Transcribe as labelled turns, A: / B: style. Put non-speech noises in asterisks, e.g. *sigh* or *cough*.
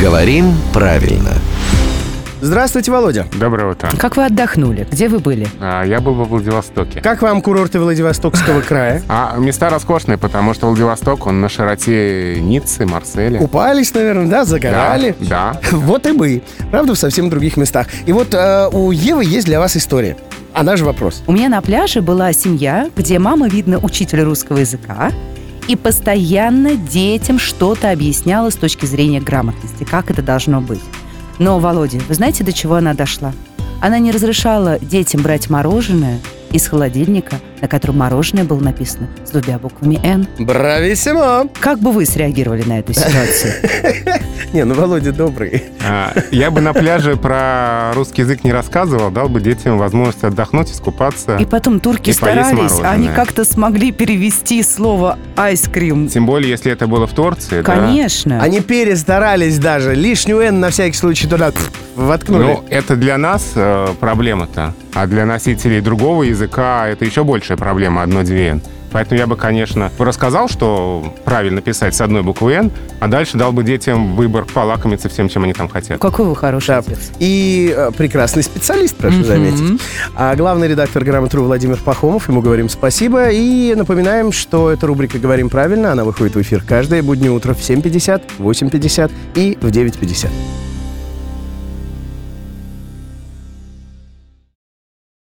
A: Говорим правильно.
B: Здравствуйте, Володя.
C: Доброе утро.
D: Как вы отдохнули? Где вы были?
C: А, Я был во Владивостоке.
B: Как вам курорты Владивостокского края?
C: А места роскошные, потому что Владивосток, он на широте Ниццы, Марселя.
B: Купались, наверное, да,
C: Да,
B: загорали.
C: Да.
B: Вот и мы. Правда, в совсем других местах. И вот э, у Евы есть для вас история. Она же вопрос.
D: У меня на пляже была семья, где мама, видно, учитель русского языка, и постоянно детям что-то объясняла с точки зрения грамотности, как это должно быть. Но, Володя, вы знаете, до чего она дошла? Она не разрешала детям брать мороженое из холодильника, на котором мороженое было написано с двумя буквами «Н».
B: Брависсимо!
D: Как бы вы среагировали на эту ситуацию?
C: *laughs*
B: Не, ну Володя добрый.
C: А, Я бы на пляже про русский язык не рассказывал, дал бы детям возможность отдохнуть, искупаться.
D: И потом турки
C: И поесть
D: старались, а они
C: мороженое.
D: как-то смогли перевести слово «айскрим».
C: Тем более, если это было в Турции, Типа, да.
D: Конечно.
B: Они перестарались даже. Лишнюю «Н» на всякий случай туда пф, воткнули.
C: Ну, это для нас э, проблема-то. А для носителей другого языка это еще большая проблема, одно-две «н». Поэтому я бы, конечно, рассказал, что правильно писать с одной буквы «н», а дальше дал бы детям выбор полакомиться всем, чем они там хотят.
D: Какой вы хороший
B: Да.
D: отец.
B: И э, прекрасный специалист, прошу заметить. А главный редактор «Грамотру» Владимир Пахомов. Ему говорим спасибо. И напоминаем, что эта рубрика «Говорим правильно». Она выходит в эфир каждое буднее утро в 7.50, 8.50 и в 9.50.